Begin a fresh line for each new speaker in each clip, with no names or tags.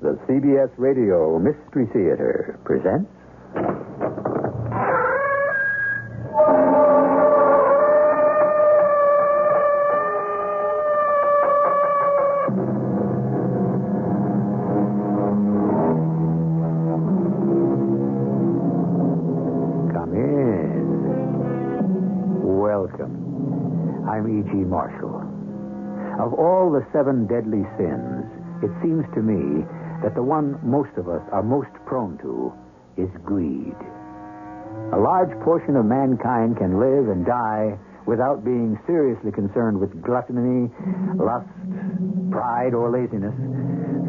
the CBS Radio Mystery Theater presents. Come in. Welcome. I'm E.G. Marshall. Of all the seven deadly sins, it seems to me that the one most of us are most prone to is greed. A large portion of mankind can live and die without being seriously concerned with gluttony, lust, pride, or laziness.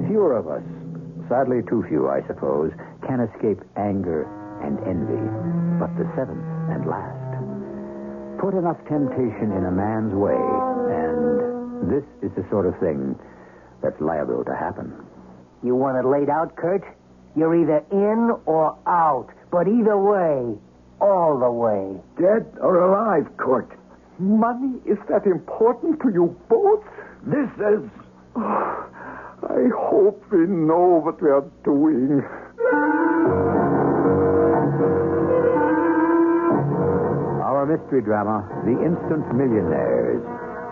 Fewer of us, sadly too few, I suppose, can escape anger and envy. But the seventh and last. Put enough temptation in a man's way, and this is the sort of thing that's liable to happen.
You want it laid out, Kurt? You're either in or out. But either way, all the way.
Dead or alive, Court. Money is that important to you both? This is. I hope we know what we are doing.
Our mystery drama, The Instant Millionaires,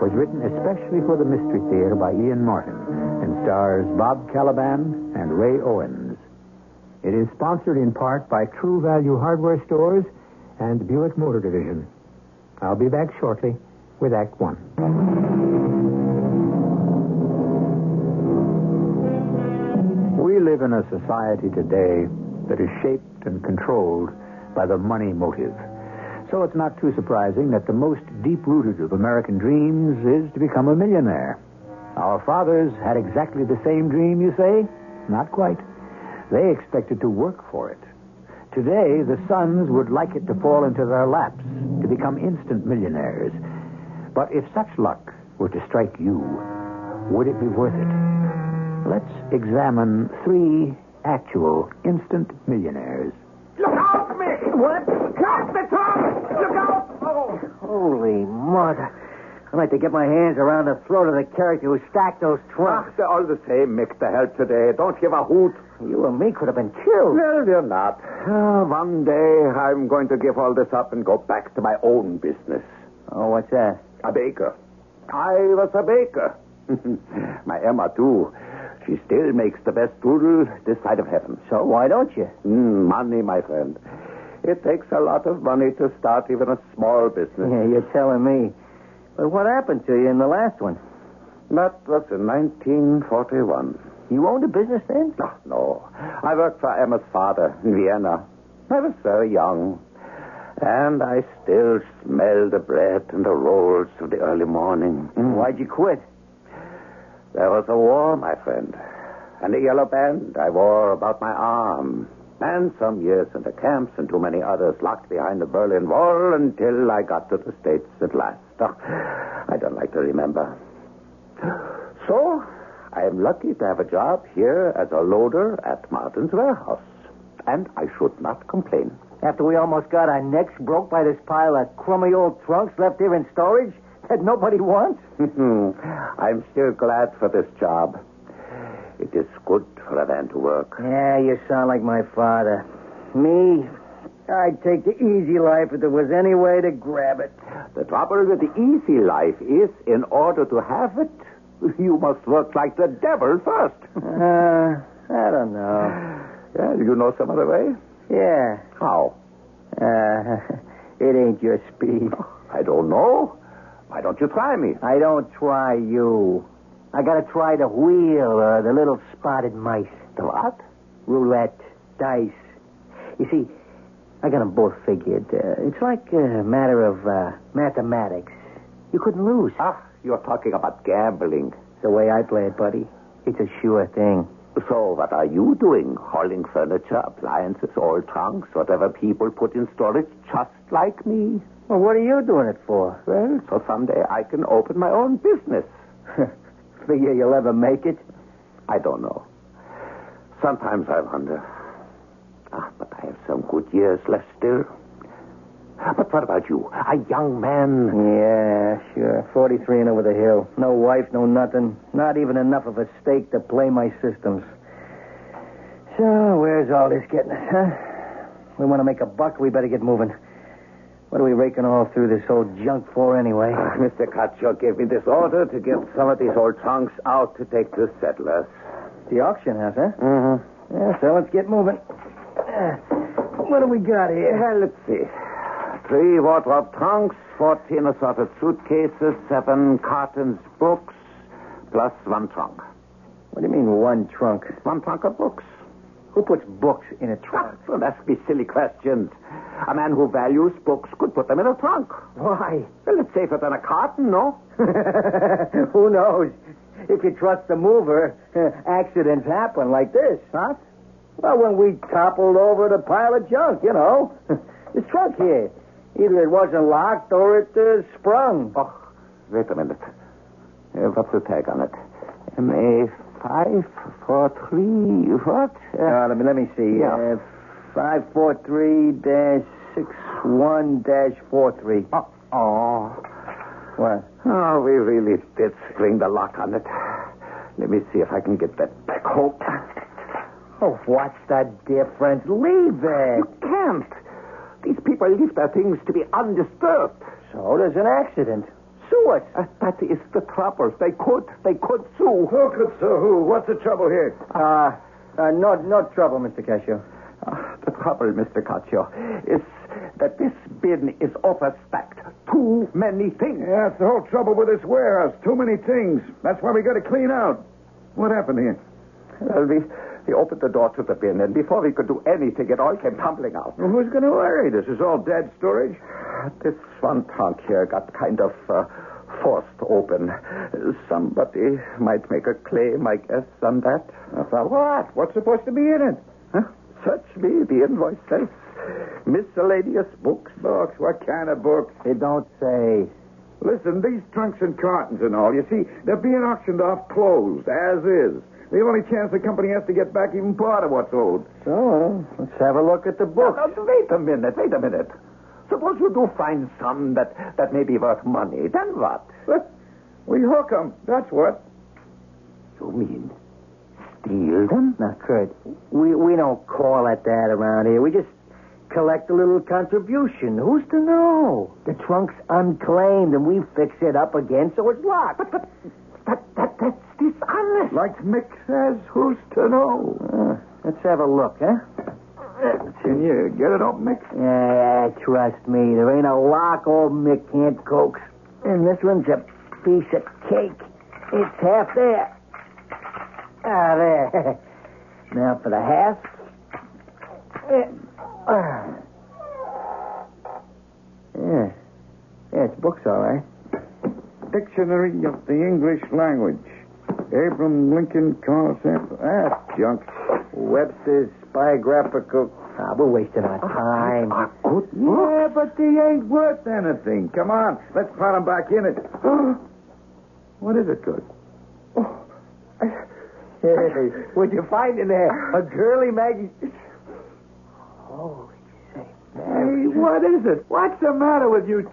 was written especially for the Mystery Theater by Ian Martin and stars Bob Caliban and Ray Owens. It is sponsored in part by True Value Hardware Stores and Buick Motor Division. I'll be back shortly with Act One. We live in a society today that is shaped and controlled by the money motive. So it's not too surprising that the most deep rooted of American dreams is to become a millionaire. Our fathers had exactly the same dream, you say? Not quite. They expected to work for it. Today, the sons would like it to fall into their laps, to become instant millionaires. But if such luck were to strike you, would it be worth it? Let's examine three actual instant millionaires.
Look out, Mick! What? Cut the top! Look out!
Holy mother. I'd like to get my hands around the throat of the character who stacked those trunks.
Ah, they're all the same, Mick, the help today. Don't give a hoot.
Ah. You and me could have been killed.
Well, they're not. Ah, one day I'm going to give all this up and go back to my own business.
Oh, what's that?
A baker. I was a baker. my Emma, too. She still makes the best doodle this side of heaven.
So why don't you?
Mm, money, my friend. It takes a lot of money to start even a small business.
Yeah, you're telling me. But what happened to you in the last one?
That was in 1941.
You owned a business then?
No, no. I worked for Emma's father in Vienna. I was very young. And I still smell the bread and the rolls of the early morning.
Why'd you quit?
There was a war, my friend, and a yellow band I wore about my arm. And some years in the camps and too many others locked behind the Berlin Wall until I got to the States at last. Oh, I don't like to remember. So, I am lucky to have a job here as a loader at Martin's warehouse. And I should not complain.
After we almost got our necks broke by this pile of crummy old trunks left here in storage that nobody wants?
I'm still glad for this job. It is good for a man to work.
Yeah, you sound like my father. Me, I'd take the easy life if there was any way to grab it.
The trouble with the easy life is, in order to have it, you must work like the devil first. Uh,
Uh, I don't know.
yeah, you know some other way?
Yeah,
How?
uh, it ain't your speed.
I don't know. Why don't you try me?
I don't try you. I gotta try the wheel or the little spotted mice.
The what?
Roulette, dice. You see, I got 'em both figured. Uh, it's like a matter of uh, mathematics. You couldn't lose.
Ah, you're talking about gambling.
The way I play it, buddy, it's a sure thing.
So what are you doing? Hauling furniture, appliances, old trunks, whatever people put in storage, just like me?
Well, what are you doing it for?
Well, so someday I can open my own business.
Figure you'll ever make it?
I don't know. Sometimes I wonder. Ah, but I have some good years left still. But what about you? A young man.
Yeah, sure. 43 and over the hill. No wife, no nothing. Not even enough of a stake to play my systems. So, where's all this getting us, huh? We want to make a buck, we better get moving. What are we raking all through this old junk for anyway?
Mr. Kotshaw Ah, gave me this order to get some of these old trunks out to take to settlers.
The auction house, huh?
Mm-hmm.
Yeah, so let's get moving. Uh, What do we got here?
Well, let's see. Three wardrobe trunks, 14 assorted suitcases, seven cartons books, plus one trunk.
What do you mean, one trunk?
One trunk of books.
Who puts books in a
Ah,
trunk?
Don't ask me silly questions. A man who values books could put them in a trunk.
Why?
Well, it's safer than a carton, no?
Who knows? If you trust the mover, accidents happen like this. Huh? Well, when we toppled over the pile of junk, you know. this trunk here. Either it wasn't locked or it uh, sprung.
Oh, wait a minute. Uh, what's the tag on it? MA543, what? Uh,
Uh, let me let me see.
Yeah.
Five four three dash six one dash four three.
oh.
What?
Oh, we really did spring the lock on it. Let me see if I can get that back home.
Oh, what's the difference? Leave it.
You can't. These people leave their things to be undisturbed.
So there's an accident. Sue us.
Uh, that is the trouble. They could. They could sue.
Who could sue who? What's the trouble here?
Uh, uh, no, no trouble, Mr. Cascio.
Ah, the trouble, Mr. Caccio, is that this bin is overstacked. Too many things.
Yeah, it's the whole trouble with this warehouse. Too many things. That's why we got to clean out. What happened here?
Well, we, we opened the door to the bin, and before we could do anything, it all came tumbling out.
Well, who's going to worry? This is all dead storage.
This one trunk here got kind of uh, forced open. Somebody might make a claim, I guess, on that.
For what? What's supposed to be in it?
Huh? Search me, the invoice says. Miscellaneous books.
Books. What kind of books?
They don't say.
Listen, these trunks and cartons and all, you see, they're being auctioned off closed, as is. The only chance the company has to get back even part of what's owed.
So, well, let's have a look at the
Now,
book.
now, wait a minute, wait a minute. Suppose you do find some that, that may be worth money, then what?
What? We hook 'em. That's what.
You mean steal them?
Now, Kurt, we, we don't call it that around here. We just collect a little contribution. Who's to know? The trunk's unclaimed, and we fix it up again so it's locked. But, but
That, that, that's dishonest.
Like Mick says, who's to know?
let's have a look, huh?
Can you get it open, Mick?
Yeah, trust me. There ain't a lock old Mick can't coax. And this one's a piece of cake. It's half there. Ah, there. Now for the half. Uh, Yeah. Yeah, it's books, all right.
Dictionary of the English Language. Abram Lincoln Carson. Ah, junk. Webster's biographical.
Ah, we're wasting our time.
Are good books.
Yeah, but they ain't worth anything. Come on, let's put 'em back in it. what is it, Cook?
Hey, what'd you find in there? A girly Maggie?
Hey, what is it? What's the matter with you?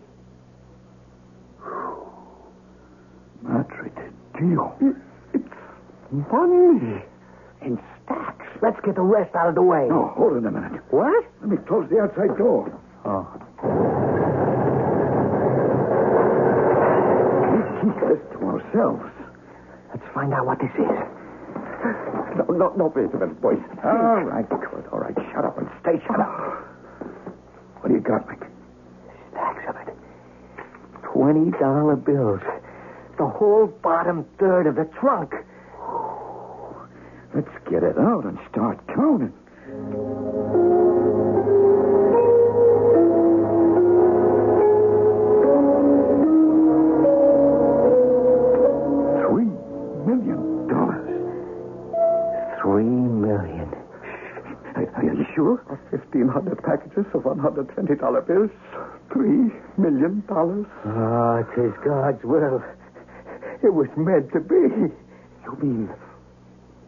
Madre de Dios. It's money.
In stacks. Let's get the rest out of the way.
No, hold it a minute.
What?
Let me close the outside door.
Oh.
Keep this to ourselves.
Let's find out what this is.
No, no, no, wait a minute, boys.
All right.
Good, all right, shut up and stay shut
Oh.
up.
What do you got, Mick?
Stacks of it. Twenty dollar bills. The whole bottom third of the trunk.
Let's get it out and start counting. Three million dollars.
Three million.
Are you sure? 1,500 packages of $120 bills. Three million dollars.
Ah, oh, tis God's will. It was meant to be.
You mean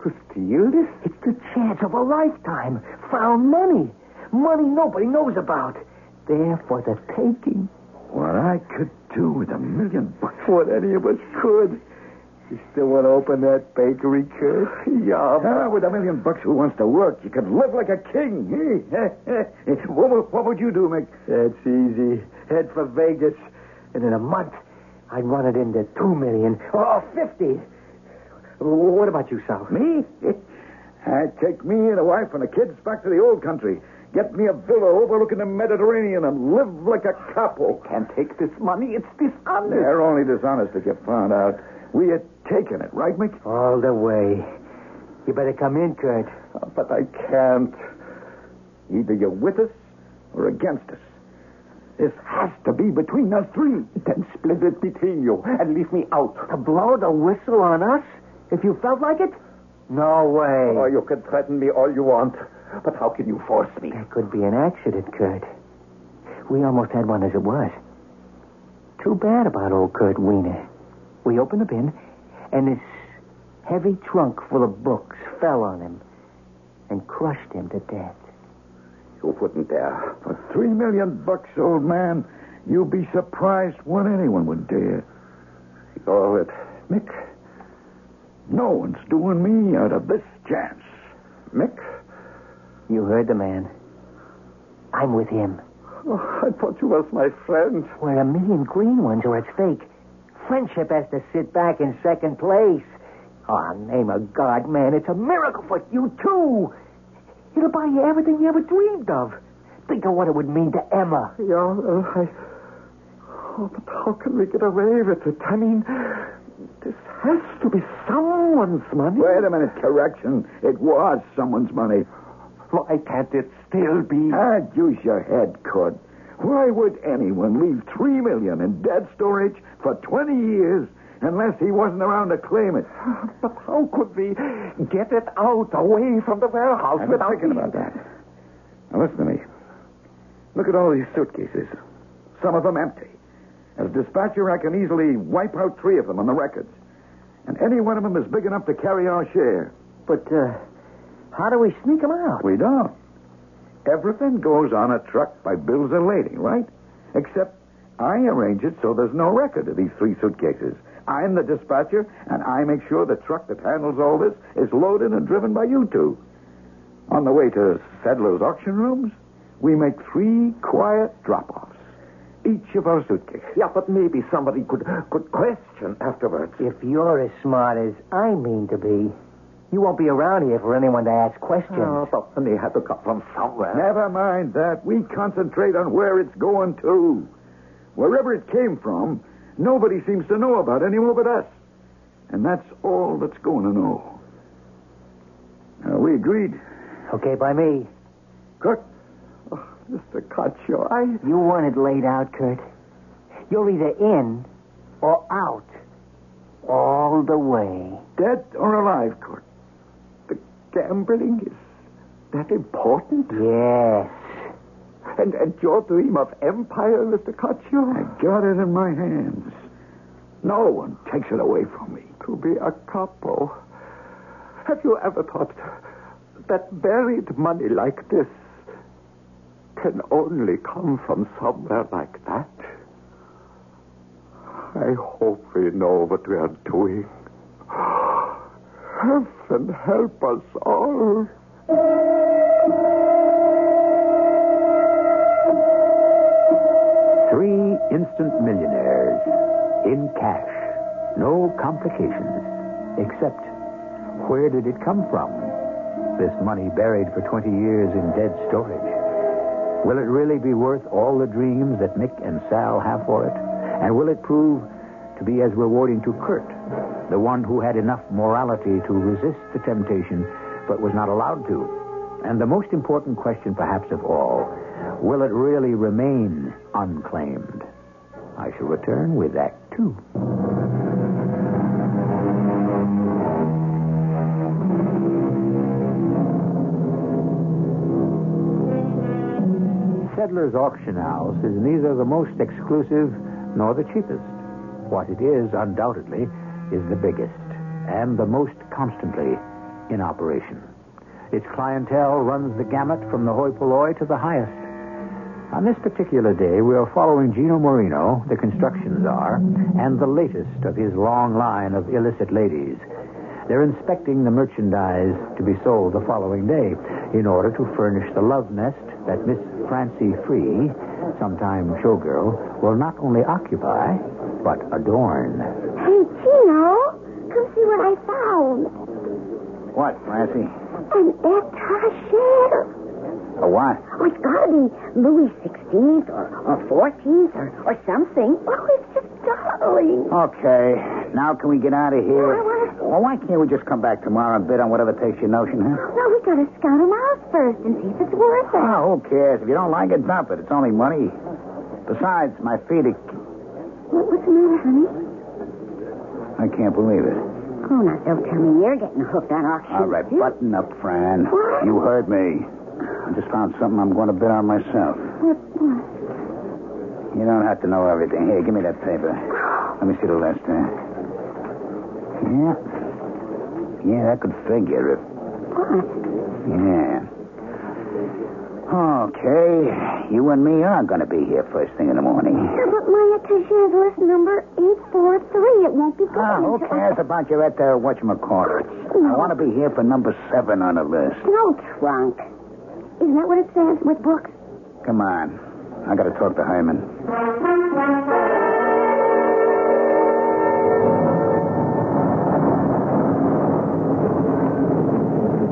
to steal this?
It's the chance of a lifetime. Found money. Money nobody knows about. There for the taking.
What I could do with a million bucks.
What any of us could.
You still want to open that bakery, kid?
Yeah. with a million bucks, who wants to work? You could live like a king. Hey, what, would- what would you do, Mick?
That's easy. Head for Vegas. And in a month, I'd run it into two million or fifty. W- What about you, Sal?
Me? I'd Uh, take me and a wife and the kids back to the old country. Get me a villa overlooking the Mediterranean and live like a capo.
Can't take this money. It's dishonest.
They're only dishonest to get found out. We had taken it, right, Mick?
All the way. You better come in, Kurt.
Uh,
But I can't. Either you're with us or against us. This has to be between us three. Then split it between you and leave me out.
To blow the whistle on us? If you felt like it? No way.
Oh,
Or you can threaten me all you want, but how can you force me?
That could be an accident, Kurt. We almost had one as it was. Too bad about old Kurt Weiner. We opened the bin, and this heavy trunk full of books fell on him and crushed him to death.
You wouldn't dare.
For three million bucks, old man, you'd be surprised what anyone would dare.
You're it.
Mick, no one's doing me out of this chance.
Mick?
You heard the man. I'm with him.
Oh, I thought you was my friend.
We're a million green ones, or it's fake. Friendship has to sit back in second place. Oh, name of God, man, it's a miracle for you, too. It'll buy you everything you ever dreamed of. Think of what it would mean to Emma.
Yeah, uh, I. Oh, but how can we get away with it? I mean, this has to be someone's money.
Wait a minute, correction. It was someone's money.
Why can't it still be?
I'd use your head, Cord. Why would anyone leave three million in debt storage for twenty years unless he wasn't around to claim it?
But how could we get it out away from the warehouse
I've been
without
thinking about that. Now listen to me. Look at all these suitcases. Some of them empty. As dispatcher, I can easily wipe out three of them on the records. And any one of them is big enough to carry our share.
But, uh, how do we sneak him out?
We don't. Everything goes on a truck by Bill Zalady, right? Except I arrange it so there's no record of these three suitcases. I'm the dispatcher, and I make sure the truck that handles all this is loaded and driven by you two. On the way to Sedler's auction rooms, we make three quiet drop-offs. Each of our suitcases.
Yeah, but maybe somebody could could question afterwards.
If you're as smart as I mean to be, you won't be around here for anyone to ask questions.
Oh, but the money had to come from somewhere.
Never mind that. We concentrate on where it's going to. Wherever it came from, nobody seems to know about anymore but us. And that's all that's going to know. Now, we agreed.
Okay, by me.
Cook. Oh, Mr. Cotshaw, I.
You want it laid out, Kurt. You're either in or out. All the way.
Dead or alive, Cook. The gambling is that important?
Yes.
And, and your dream of empire, Mr. Cotshaw? I got it in my hands. No one takes it away from me. To be a capo. Have you ever thought that buried money like this can only come from somewhere like that? I hope we know what we are doing. Heaven help us all.
Three instant millionaires in cash. No complications. Except, where did it come from? This money buried for 20 years in dead storage. Will it really be worth all the dreams that Mick and Sal have for it? And will it prove to be as rewarding to Kurt, the one who had enough morality to resist the temptation but was not allowed to? And the most important question, perhaps of all, will it really remain unclaimed? I shall return with Act Two. Settler's Auction House is neither the most exclusive nor the cheapest. What it is, undoubtedly, is the biggest and the most constantly in operation. Its clientele runs the gamut from the hoi polloi to the highest.
On this particular day, we are following Gino Moreno, the construction czar, and the latest of his long line of illicit ladies. They're inspecting the merchandise to be sold the following day in order to furnish the love nest that Miss Francie Free, sometime showgirl, will not only occupy, but adorn.
Hey, Chino, come see what I found.
What, Francie?
An attaché.
A what?
Oh, it's got to be Louis XVI or, or 14th or, or something. Oh, it's just darling.
Oh. Okay. Now can we get out of
No,
here?
I want to...
Well, why can't we just come back tomorrow and bid on whatever takes your notion, huh?
No, we got to scout him out first and see if it's worth it.
Oh, who cares? If you don't like it, dump it. It's only money. Besides, my feet are...
What, what's the matter, honey?
I can't believe it.
Oh, now, don't tell me you're getting hooked on auction.
All right, button up, Fran. You heard me. I just found something I'm going to bid on myself.
What, what?
You don't have to know everything. Here, give me that paper. Let me see the last time. Yeah. Yeah, that could figure if. Yeah. Okay. You and me are going to be here first thing in the morning.
Yeah, but my attaché's list number 843. It won't be good.
Ah, who cares about you at the whatchamacallit? I want to be here for number seven on the list.
No trunk. Isn't that what it says with books?
Come on. I got to talk to Hyman.
Oh,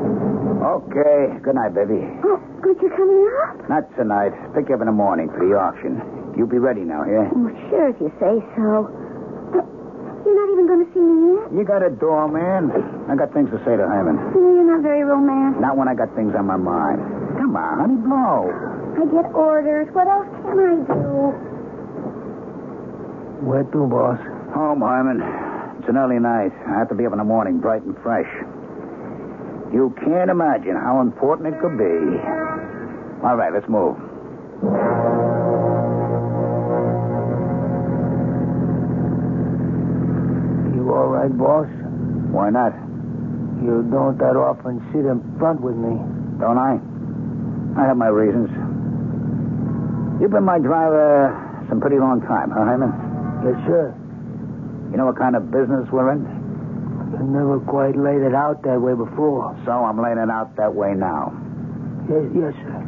Okay. Good night, baby.
Oh, aren't you coming up?
Not tonight. Pick you up in the morning for the auction. You be ready now, yeah?
Oh, sure, if you say so. But you're not even going to see me yet?
You got a door, man. I got things to say to Hyman.
No, you're not very romantic.
Not when I got things on my mind. Come on, honey, blow.
I get orders. What else can I do?
Where to, boss?
Home, Hyman. It's an early night. I have to be up in the morning, bright and fresh. You can't imagine how important it could be. All right, let's move.
You all right, boss?
Why not?
You don't that often sit in front with me.
Don't I? I have my reasons. You've been my driver some pretty long time, huh, Hyman?
Yes, sir.
You know what kind of business we're in?
You never quite laid it out that way before.
So I'm laying it out that way now.
Yes, yes, sir.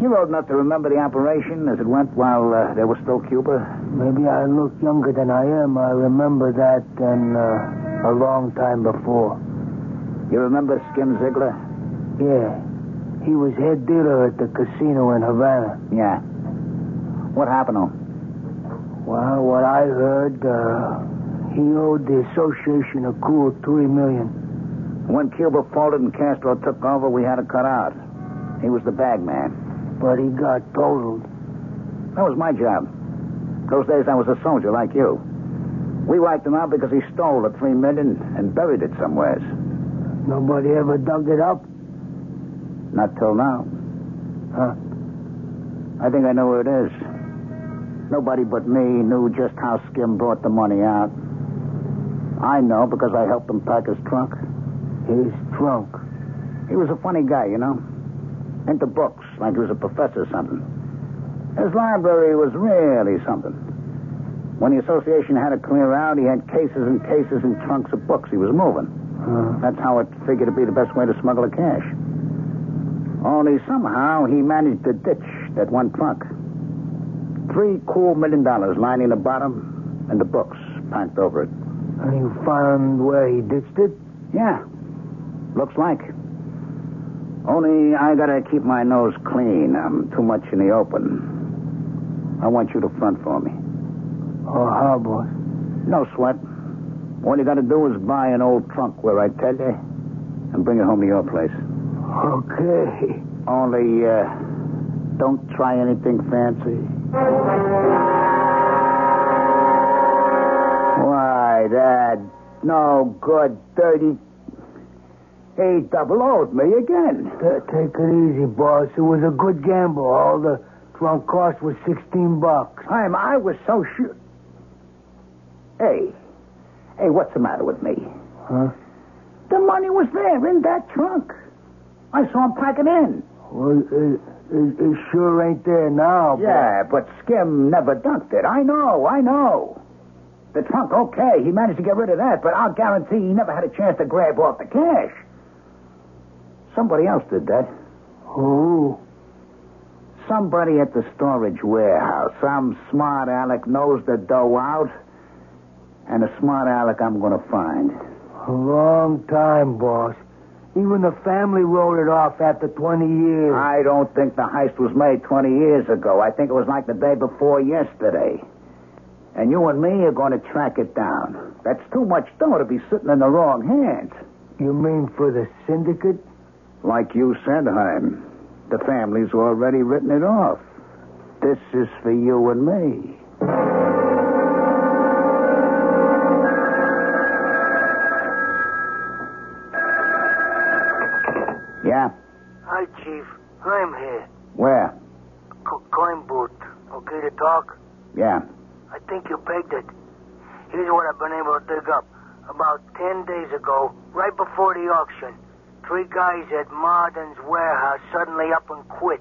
You're old enough to remember the operation as it went while uh, there was still Cuba.
Maybe I look younger than I am. I remember that and uh, a long time before.
You remember Skim Ziegler?
Yeah. He was head dealer at the casino in Havana.
Yeah. What happened to him?
Well, what I heard, uh, he owed the association a cool three million.
When Cuba folded and Castro took over, we had to cut out. He was the bag man.
But he got totaled.
That was my job. Those days I was a soldier like you. We wiped him out because he stole the three million and buried it somewheres.
Nobody ever dug it up.
Not till now.
Huh.
I think I know where it is. Nobody but me knew just how Skim brought the money out. I know because I helped him pack his trunk.
His trunk.
He was a funny guy, you know. Into books, like he was a professor or something. His library was really something. When the association had to clear out, he had cases and cases and trunks of books he was moving.
Huh.
That's how it figured to be the best way to smuggle the cash. Only somehow he managed to ditch that one trunk. Three cool million dollars lining the bottom and the books packed over it.
And you found where he ditched it?
Yeah, looks like. Only I gotta keep my nose clean. I'm too much in the open. I want you to front for me.
Oh, how, boss?
No sweat. All you gotta do is buy an old trunk where I tell you and bring it home to your place.
Okay.
Only, uh, don't try anything fancy. Why, that no good dirty. He double owed me again.
Ta- Take it easy, boss. It was a good gamble. All the trunk cost was 16 bucks.
Time I was so sure. Hey, hey, what's the matter with me?
Huh?
The money was there in that trunk. I saw him pack it in.
Well, uh, It, it sure ain't there now, but-
Yeah, but Skim never dunked it. I know, I know. The trunk, okay, he managed to get rid of that, but I'll guarantee he never had a chance to grab off the cash. Somebody else did that.
Who?
Somebody at the storage warehouse. Some smart aleck knows the dough out. And a smart aleck I'm going to find.
A long time, boss. Even the family wrote it off after 20 years.
Ah.
I don't think the heist was made 20 years ago. I think it was like the day before yesterday. And you and me are going to track it down. That's too much dough to be sitting in the wrong hands.
You mean for the syndicate?
Like you said, Heim, the family's already written it off. This is for you and me. Yeah,
Hi, Chief. I'm here.
where?
Co- coin booth. Okay to talk?
Yeah.
I think you pegged it. Here's what I've been able to dig up. About ten days ago, right before the auction, three guys at Marden's warehouse suddenly up and quit.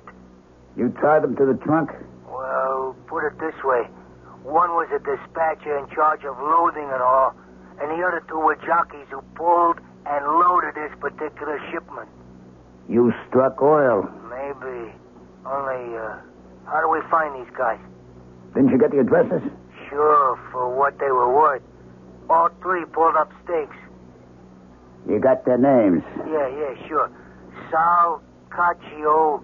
You tied them to the trunk?
Well, put it this way. One was a dispatcher in charge of loading and all, and the other two were jockeys who pulled and loaded this particular shipment.
You struck oil.
Maybe. Only, uh, how do we find these guys?
Didn't you get the addresses?
Sure, for what they were worth. All three pulled up stakes.
You got their names.
Yeah, yeah, sure. Sal Caccio,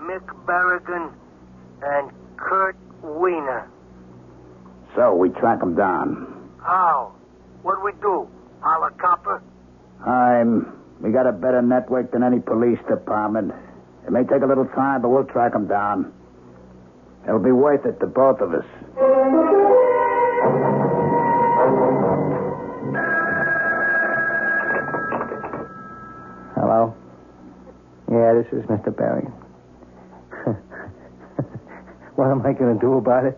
Mick Berrigan, and Kurt Wiener.
So we track them down.
How? What we do? Holla copper?
I'm. We got a better network than any police department. It may take a little time, but we'll track them down. It'll be worth it to both of us.
Hello? Yeah, this is Mr. Barry. what am I going to do about it?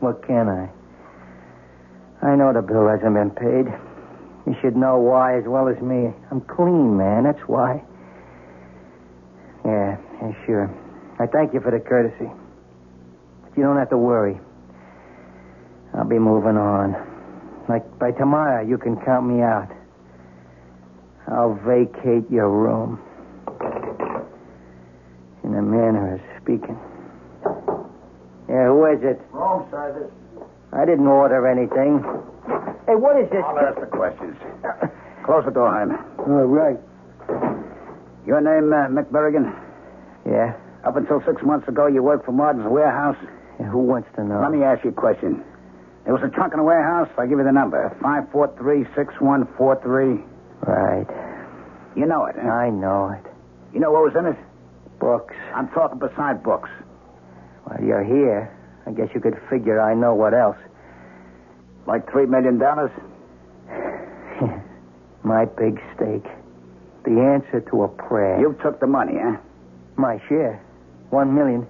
What can I? I know the bill hasn't been paid. You should know why as well as me. I'm clean, man. That's why. Yeah, yeah, sure. I thank you for the courtesy. But you don't have to worry. I'll be moving on. Like by tomorrow, you can count me out. I'll vacate your room. In a manner of speaking. Yeah, who is it?
Wrong, Service.
I didn't order anything. Hey, what is this?
I'll ask the questions. Close the door, Heim.
All right.
Your name, uh, Mick Berrigan?
Yeah.
Up until six months ago, you worked for Martin's warehouse.
yeah who wants to know?
Let me ask you a question. There was a trunk in the warehouse. I'll give you the number. 543-6143.
Right.
You know it, huh?
I know it.
You know what was in it?
Books.
I'm talking beside books.
Well, you're here. I guess you could figure I know what else.
Like three million dollars?
My big stake. The answer to a prayer.
You took the money, eh? huh?
My share. One million.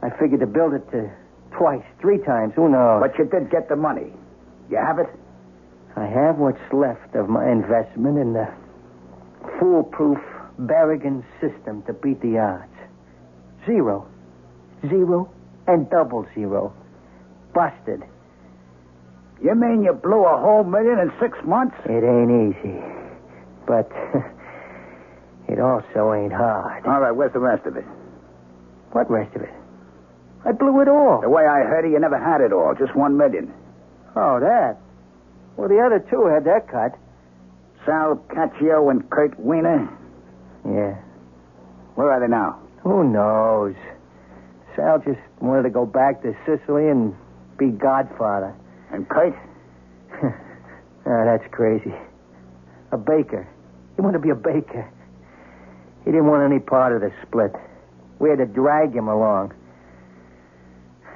I figured to build it to twice, three times. Who knows?
But you did get the money. You have it?
I have what's left of my investment in the foolproof Barrigan system to beat the odds. Zero, zero, and double zero. Busted.
You mean you blew a whole million in six months?
It ain't easy. But it also ain't hard.
All right, where's the rest of it?
What rest of it? I blew it all.
The way I heard it, you never had it all. Just one million.
Oh, that. Well, the other two had that cut.
Sal Caccio and Kurt Wiener.
Yeah.
Where are they now?
Who knows? Sal just wanted to go back to Sicily and be godfather.
And Kurt?
Ah, that's crazy. A baker. He wanted to be a baker. He didn't want any part of the split. We had to drag him along.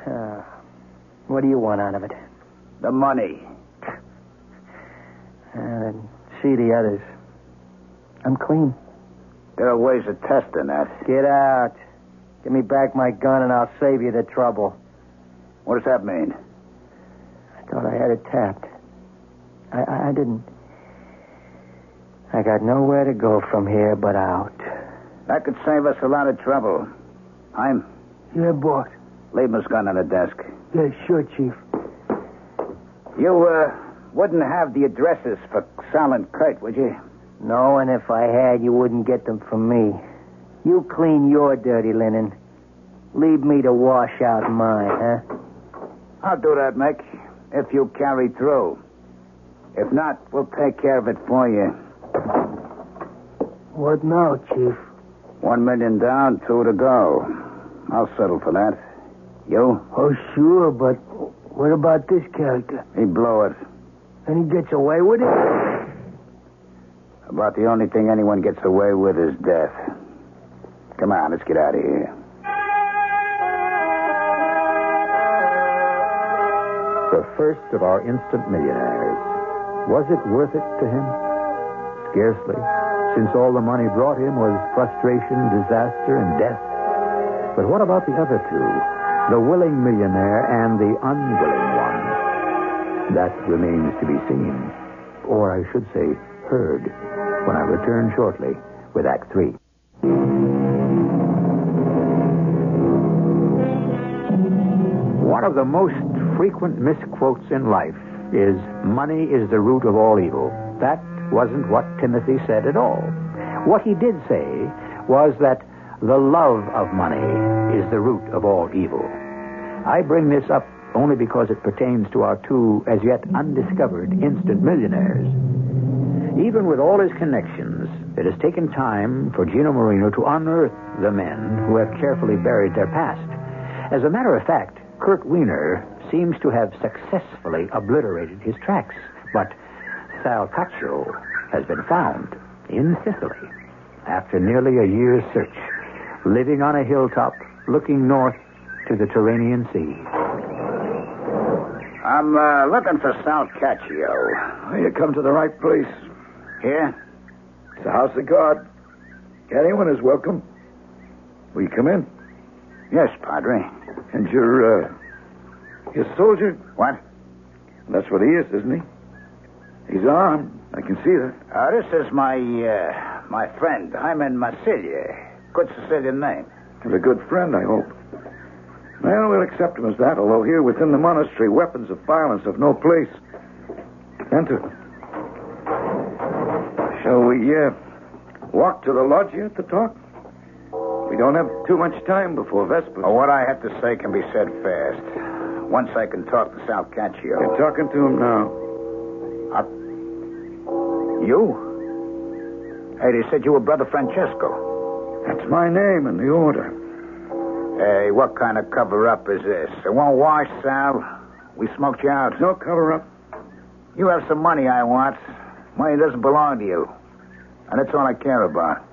Ah, what do you want out of it?
The money.
Uh, see the others. I'm clean.
There are ways of testing that.
Get out. Give me back my gun and I'll save you the trouble.
What does that mean?
I thought I had it tapped. I, I, I didn't. I got nowhere to go from here but out.
That could save us a lot of trouble. Heim,
Yeah, boss.
Laban's gun on the desk.
Yeah, sure, Chief.
You, uh, wouldn't have the addresses for Silent Kurt, would you?
No, and if I had, you wouldn't get them from me. You clean your dirty linen. Leave me to wash out mine, huh?
I'll do that, Mick, if you carry through. If not, we'll take care of it for you.
What now, Chief?
One million down, two to go. I'll settle for that. You?
Oh, sure, but what about this character?
He blew it.
And he gets away with it?
About the only thing anyone gets away with is death. Come on, let's get out of here.
The first of our instant millionaires. Was it worth it to him? Scarcely, since all the money brought him was frustration, disaster, and death. But what about the other two? The willing millionaire and the unwilling one? That remains to be seen. Or I should say, heard, when I return shortly with Act Three. One of the most frequent misquotes in life is money is the root of all evil. That wasn't what Timothy said at all. What he did say was that the love of money is the root of all evil. I bring this up only because it pertains to our two as yet undiscovered instant millionaires. Even with all his connections, it has taken time for Gino Marino to unearth the men who have carefully buried their past. As a matter of fact, Kurt Weiner seems to have successfully obliterated his tracks, but Salcaccio has been found in Sicily after nearly a year's search, living on a hilltop looking north to the Tyrrhenian Sea.
I'm uh, looking for Salcaccio.
You come to the right place.
Here?
It's the house of God. Anyone is welcome. Will you come in?
Yes, Padre.
And you're, uh, your soldier?
What?
That's what he is, isn't he? He's armed. I can see that.
Uh, this is my uh, my friend. I'm in Marsilia. Good Sicilian name.
He's a good friend, I hope. Well, we'll accept him as that, although here within the monastery, weapons of violence have no place. Enter. Shall we, uh, walk to the loggia to talk? We don't have too much time before Vespers.
Well, what I have to say can be said fast. Once I can talk to Salcaccio.
You're talking to him now.
You? Hey, they said you were Brother Francesco.
That's my name and the order.
Hey, what kind of cover up is this? It won't wash, Sal. We smoked you out.
No cover up.
You have some money I want. Money doesn't belong to you. And that's all I care about.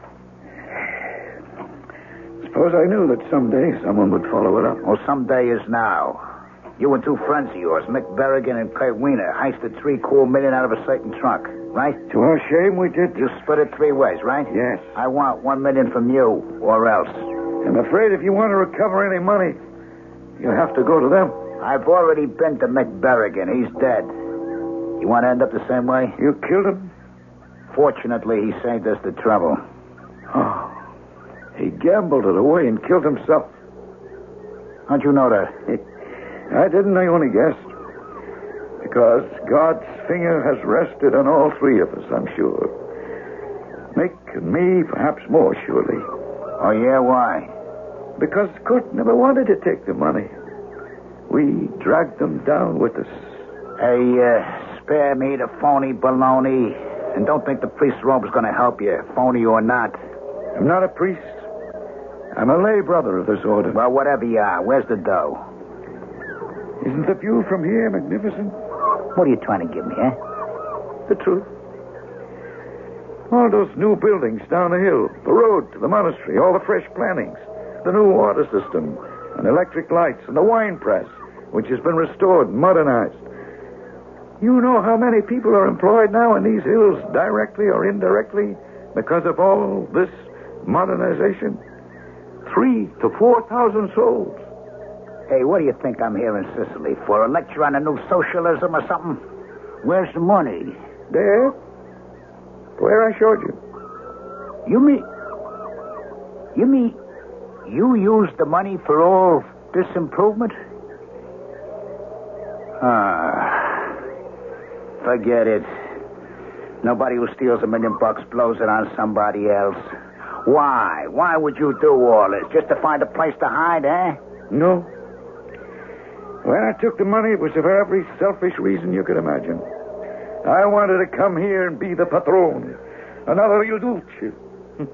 Suppose I knew that someday someone would follow it up.
Well, someday is now. You and two friends of yours, Mick Berrigan and Kurt Wiener, heisted three cool million out of a certain trunk, right?
To our shame, we did
You
just.
split it three ways, right?
Yes.
I want one million from you, or else.
I'm afraid if you want to recover any money, you'll have to go to them.
I've already been to Mick Berrigan. He's dead. You want to end up the same way?
You killed him?
Fortunately, he saved us the trouble.
Oh. He gambled it away and killed himself.
How'd you know that?
I didn't, I only guessed. Because God's finger has rested on all three of us, I'm sure. Mick and me, perhaps more surely.
Oh, yeah? Why?
Because Kurt never wanted to take the money. We dragged them down with us.
Hey, uh, spare me the phony baloney. And don't think the priest's robe's going to help you, phony or not.
I'm not a priest. I'm a lay brother of this order.
Well, whatever you are, where's the dough?
Isn't the view from here magnificent?
What are you trying to give me, eh?
The truth. All those new buildings down the hill, the road to the monastery, all the fresh plannings, the new water system, and electric lights, and the wine press, which has been restored and modernized. You know how many people are employed now in these hills, directly or indirectly, because of all this modernization? Three to four thousand souls.
Hey, what do you think I'm here in Sicily for? A lecture on a new socialism or something? Where's the money?
There, where I showed you.
You mean. You mean.
You used the money for all this improvement? Ah. Forget it. Nobody who steals a million bucks blows it on somebody else. Why? Why would you do all this? Just to find a place to hide, eh?
No. When I took the money, it was for every selfish reason you could imagine. I wanted to come here and be the patron, another Il Duce.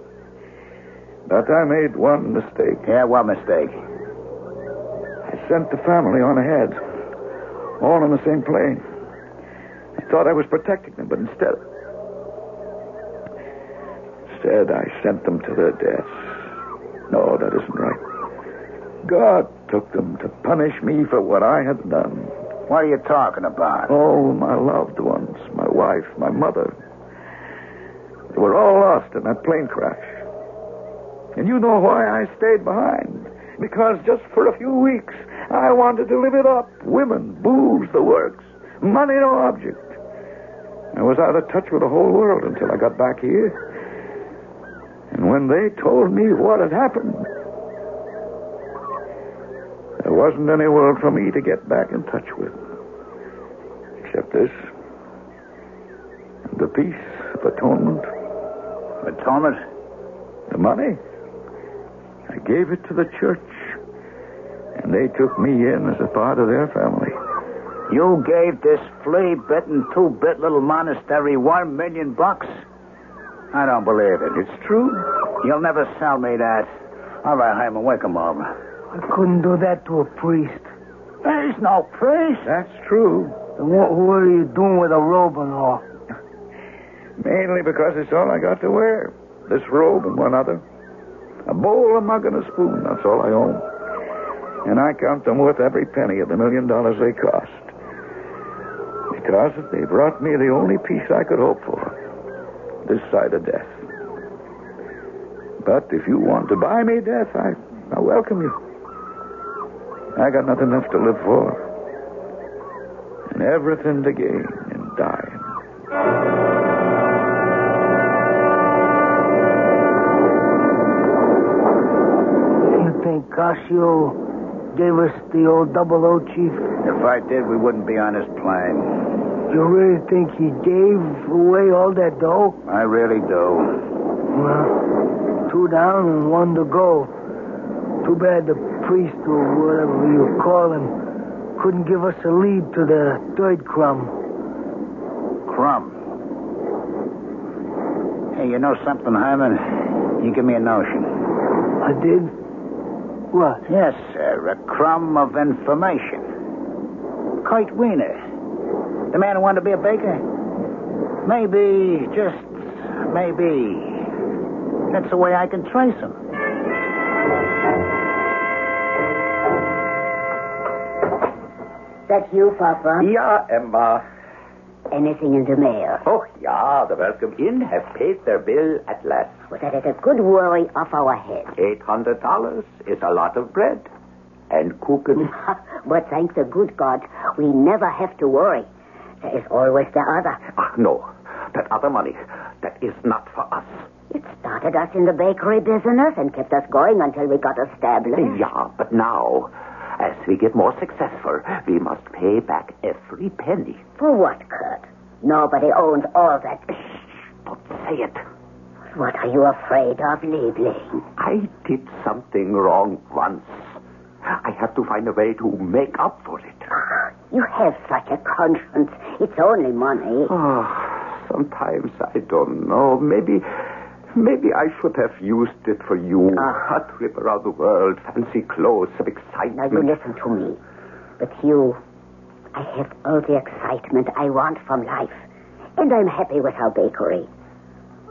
but I made one mistake.
Yeah, what mistake?
I sent the family on ahead, all on the same plane. I thought I was protecting them, but instead. Instead, I sent them to their deaths. No, that isn't right. God took them to punish me for what I had done.
What are you talking about?
All my loved ones, my wife, my mother, they were all lost in that plane crash. And you know why I stayed behind. Because just for a few weeks, I wanted to live it up. Women, booze, the works. Money, no object. I was out of touch with the whole world until I got back here. And when they told me what had happened, there wasn't any world for me to get back in touch with. Except this. The peace of atonement.
Atonement?
The money. I gave it to the church. And they took me in as a part of their family.
You gave this flea bitten, two bit little monastery one million bucks? I don't believe it. It's true. You'll never sell me that. All right, Hyman, wake him up.
I couldn't do that to a priest.
There's no priest.
That's true.
Then what, what are you doing with a robe and all?
Mainly because it's all I got to wear. This robe and one other. A bowl, a mug, and a spoon. That's all I own. And I count them worth every penny of the million dollars they cost. Because they brought me the only peace I could hope for. This side of death. But if you want to buy me death, I, I welcome you. I got nothing left to live for. And everything to gain in dying.
You think Casio gave us the old double O, Chief?
If I did, we wouldn't be on this plane.
You really think he gave away all that dough?
I really do.
Well, two down and one to go. Too bad the priest or whatever you call him couldn't give us a lead to the third crumb.
Crumb. Hey, you know something, Hyman? You give me a notion.
I did. What?
Yes, sir. A crumb of information. Kurt Wiener. The man who wanted to be a baker? Maybe, just maybe. That's the way I can trace him.
That you, Papa?
Ja, Emma.
Anything in the mail?
Oh, ja, the welcome in have paid their bill at last.
Well, that is a good worry off our head.
$800 is a lot of bread and cooking.
but thank the good God, we never have to worry. There is always the other.
Ach, Ah, no. That other money, that is not for us.
It started us in the bakery business and kept us going until we got established.
Yeah, but now, as we get more successful, we must pay back every penny.
For what, Kurt? Nobody owns all that.
Don't say it.
What are you afraid of, Liebling?
I did something wrong once. I have to find a way to make up for it.
You have such a conscience. It's only money.
Ah, sometimes I don't know. Maybe, maybe I should have used it for you.
Ah.
A trip around the world, fancy clothes, some
Now, you
excitement.
listen to me. But you, I have all the excitement I want from life. And I'm happy with our bakery.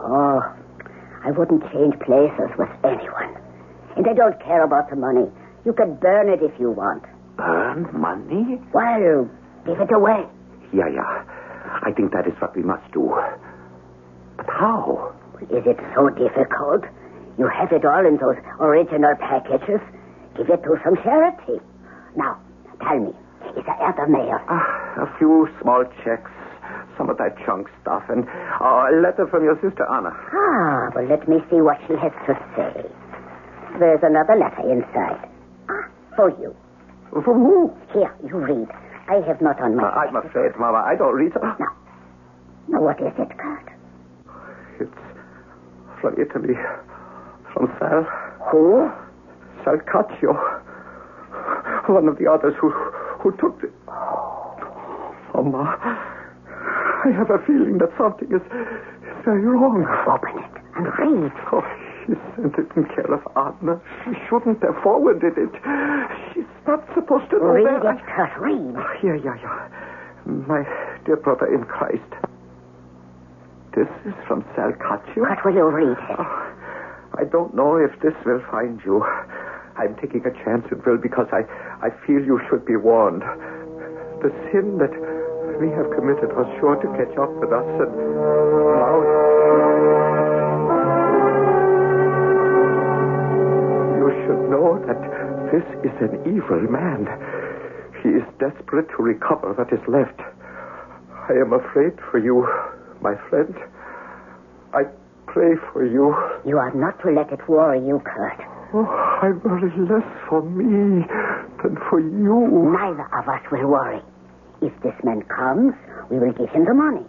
Oh, I wouldn't change places with anyone. And I don't care about the money. You can burn it if you want.
Burn money?
Well, give it away.
Yeah, yeah. I think that is what we must do. But how?
Is it so difficult? You have it all in those original packages. Give it to some charity. Now, tell me, is there other mail?
Ah, a few small checks, some of that junk stuff, and uh, a letter from your sister Anna.
Ah, well, let me see what she has to say. There's another letter inside. Ah, for you.
From who?
Here, you read. I have not on my.
Uh, I'm afraid, Mama, I don't read.
No. Now, what is it, Kurt?
It's from Italy, from Sal,
Who?
Salcaccio, one of the others who, who took the... Mama, I have a feeling that something is, is very wrong.
Open it and read.
Oh, she sent it in care of Adna. She shouldn't have forwarded it. She's not supposed to know
Read
that.
it, Kurt. Read.
Yeah, yeah, yeah. My dear brother in Christ. This is from Salcaccio.
Kurt, will you read it?
Oh, I don't know if this will find you. I'm taking a chance it will because I, I feel you should be warned. The sin that we have committed was sure to catch up with us, and now. You should know that this is an evil man. He is desperate to recover what is left. I am afraid for you, my friend. I pray for you.
You are not to let it worry you, Kurt.
Oh, I worry less for me than for you.
Neither of us will worry. If this man comes, we will give him the money.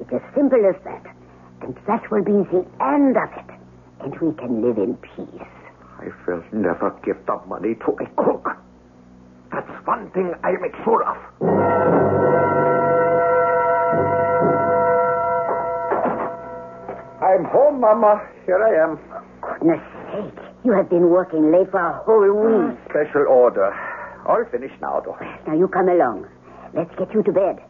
It's as simple as that. And that will be the end of it. And we can live in peace.
I will never give the money to a crook. That's one thing I make sure of.
I'm home, Mama. Here I am.
Goodness sake, you have been working late for a whole
Hmm.
week.
Special order. All finished now, though.
Now you come along. Let's get you to bed.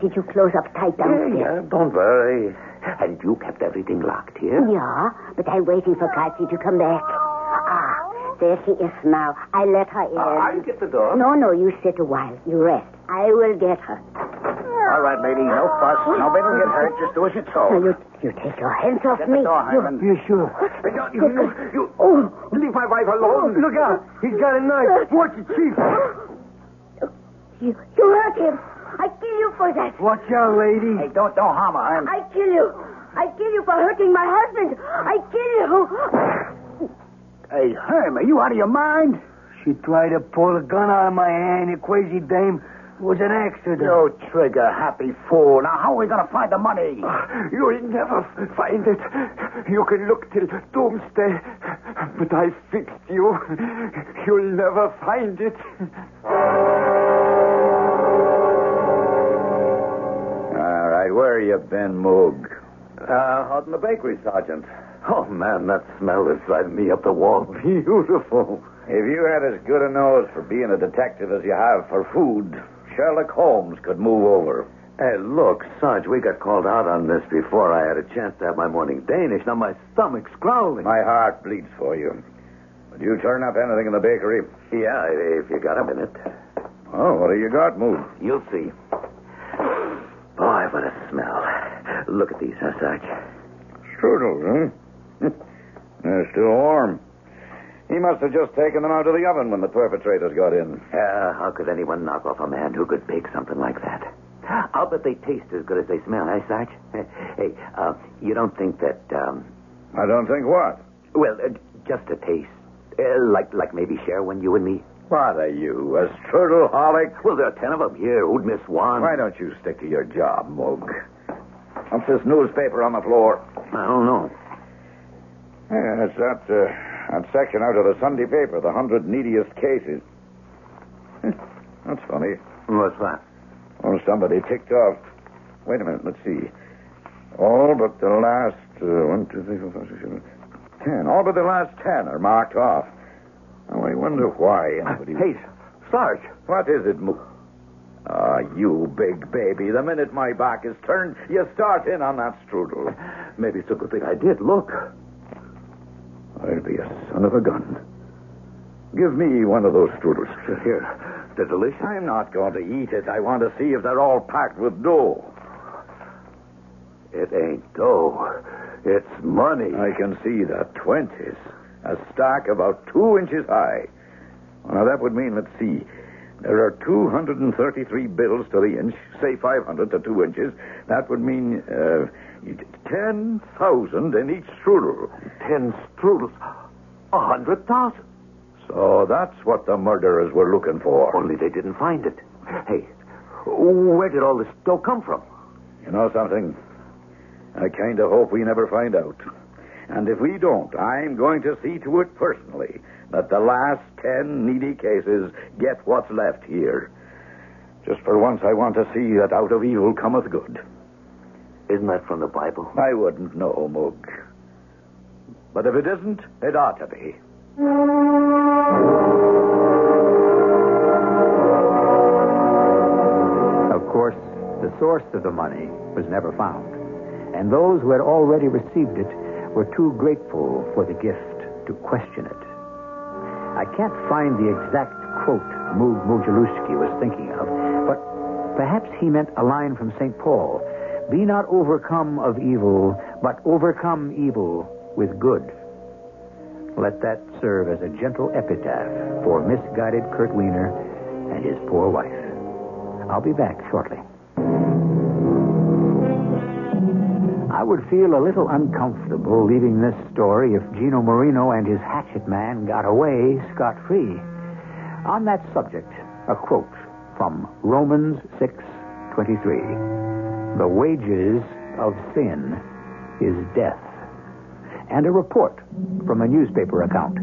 Did you close up tight
Yeah,
downstairs?
yeah, don't worry. And you kept everything locked here?
Yeah, but I'm waiting for Kathy to come back. Ah, there she is now. I let her in.
Ah,
I'll get the door.
No, no, you sit a while. You rest. I will get her.
All right, lady, no fuss. Nobody will get hurt. Just do as you're
Now
told.
you, you take your hands off
Get
me.
the door, Hyman.
You sure?
You, you, you-
Oh,
leave my wife alone.
Look out. He's got a knife. Watch it, Chief.
you, you hurt him. I kill you for that.
Watch out, lady.
Hey, don't, don't harm her. Hyman.
I kill you. I kill you for hurting my husband. I kill you.
Hey, Herm, are you out of your mind?
She tried to pull a gun out of my hand. You crazy dame. It was an accident.
No trigger, happy fool. Now, how are we going to find the money?
You'll never find it. You can look till doomsday, but I fixed you. You'll never find it.
All right, where you been, Moog?
Uh, out in the bakery, Sergeant. Oh, man, that smell is driving me up the wall. Beautiful.
If you had as good a nose for being a detective as you have for food, Sherlock Holmes could move over.
Hey, look, Sarge, we got called out on this before I had a chance to have my morning Danish. Now my stomach's growling.
My heart bleeds for you. Would you turn up anything in the bakery?
Yeah, if you got a minute.
Oh, what do you got, Moog?
You'll see. Boy, what a smell. Look at these, huh, Sarge?
Strudels, huh? They're still warm. He must have just taken them out of the oven when the perpetrators got in.
Uh, how could anyone knock off a man who could bake something like that? I'll bet they taste as good as they smell, eh, Sarge? Hey, uh, you don't think that, um,
I don't think what.
well, uh, just a taste. Uh, like, like maybe share one, you and me?
What are you, a strudelholic?
Well, there are ten of them here. Who'd miss one?
Why don't you stick to your job, Moog? Dump this newspaper on the floor.
I don't know.
Yeah, it's that, uh, that section out of the Sunday paper, the hundred neediest cases. Huh, That's funny.
What's that?
Oh, somebody ticked off. Wait a minute, let's see. All but the last uh, one, two, three, four, five, six, seven, ten. All but the last ten are marked off. Oh, I wonder why anybody.
Hey, Sarge.
What is it, Mo? Ah, you big baby. The minute my back is turned, you start in on that strudel.
Maybe it's a good thing I did. Look.
I'll be a son of a gun. Give me one of those strudels.
Here. They're delicious.
I'm not going to eat it. I want to see if they're all packed with dough.
It ain't dough. It's money.
I can see the twenties. A stack about two inches high. Now that would mean, let's see, there are 233 bills to the inch, say 500 to two inches. That would mean uh, 10,000 in each strudel.
Ten strudels.
A hundred thousand.
So that's what the murderers were looking for.
Only they didn't find it. Hey, where did all this dough come from?
You know something? I kind of hope we never find out. And if we don't, I'm going to see to it personally that the last ten needy cases get what's left here. Just for once, I want to see that out of evil cometh good.
Isn't that from the Bible?
I wouldn't know, Moog. But if it isn't, it ought to be.
Of course, the source of the money was never found, and those who had already received it were too grateful for the gift to question it. I can't find the exact quote Moog Mojaluski was thinking of, but perhaps he meant a line from St. Paul Be not overcome of evil, but overcome evil with good. Let that serve as a gentle epitaph for misguided Kurt Wiener and his poor wife. I'll be back shortly. I would feel a little uncomfortable leaving this story if Gino Marino and his hatchet man got away scot free. On that subject, a quote from Romans 6:23. The wages of sin is death and a report from a newspaper account.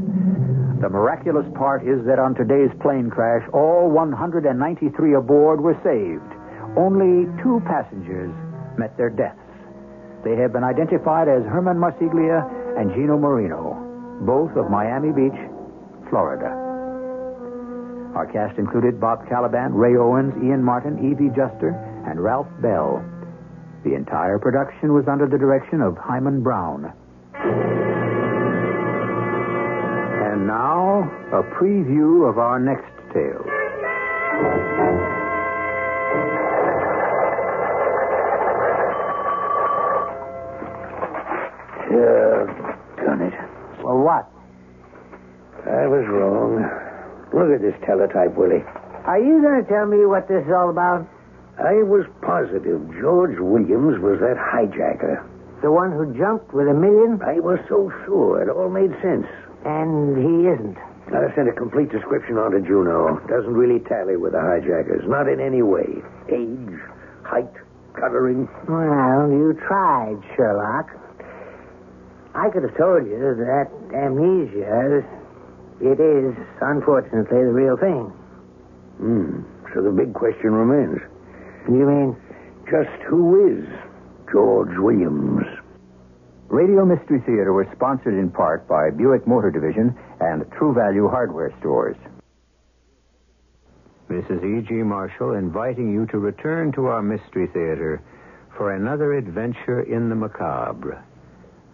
The miraculous part is that on today's plane crash, all 193 aboard were saved. Only two passengers met their deaths. They have been identified as Herman Marsiglia and Gino Marino, both of Miami Beach, Florida. Our cast included Bob Caliban, Ray Owens, Ian Martin, E.V. Juster, and Ralph Bell. The entire production was under the direction of Hyman Brown. And now, a preview of our next tale.
Doggone it.
Well, what?
I was wrong. Look at this teletype, Willie.
Are you going to tell me what this is all about?
I was positive George Williams was that hijacker.
The one who jumped with a million?
I was so sure. It all made sense.
And he isn't.
I sent a complete description on to Juno. Doesn't really tally with the hijackers. Not in any way. Age, height, coloring.
Well, you tried, Sherlock. I could have told you that amnesia, it is, unfortunately, the real thing.
Hmm. So the big question remains.
You mean?
Just who is George Williams?
Radio Mystery Theater was sponsored in part by Buick Motor Division and True Value Hardware Stores. This is E.G. Marshall inviting you to return to our Mystery Theater for another adventure in the macabre.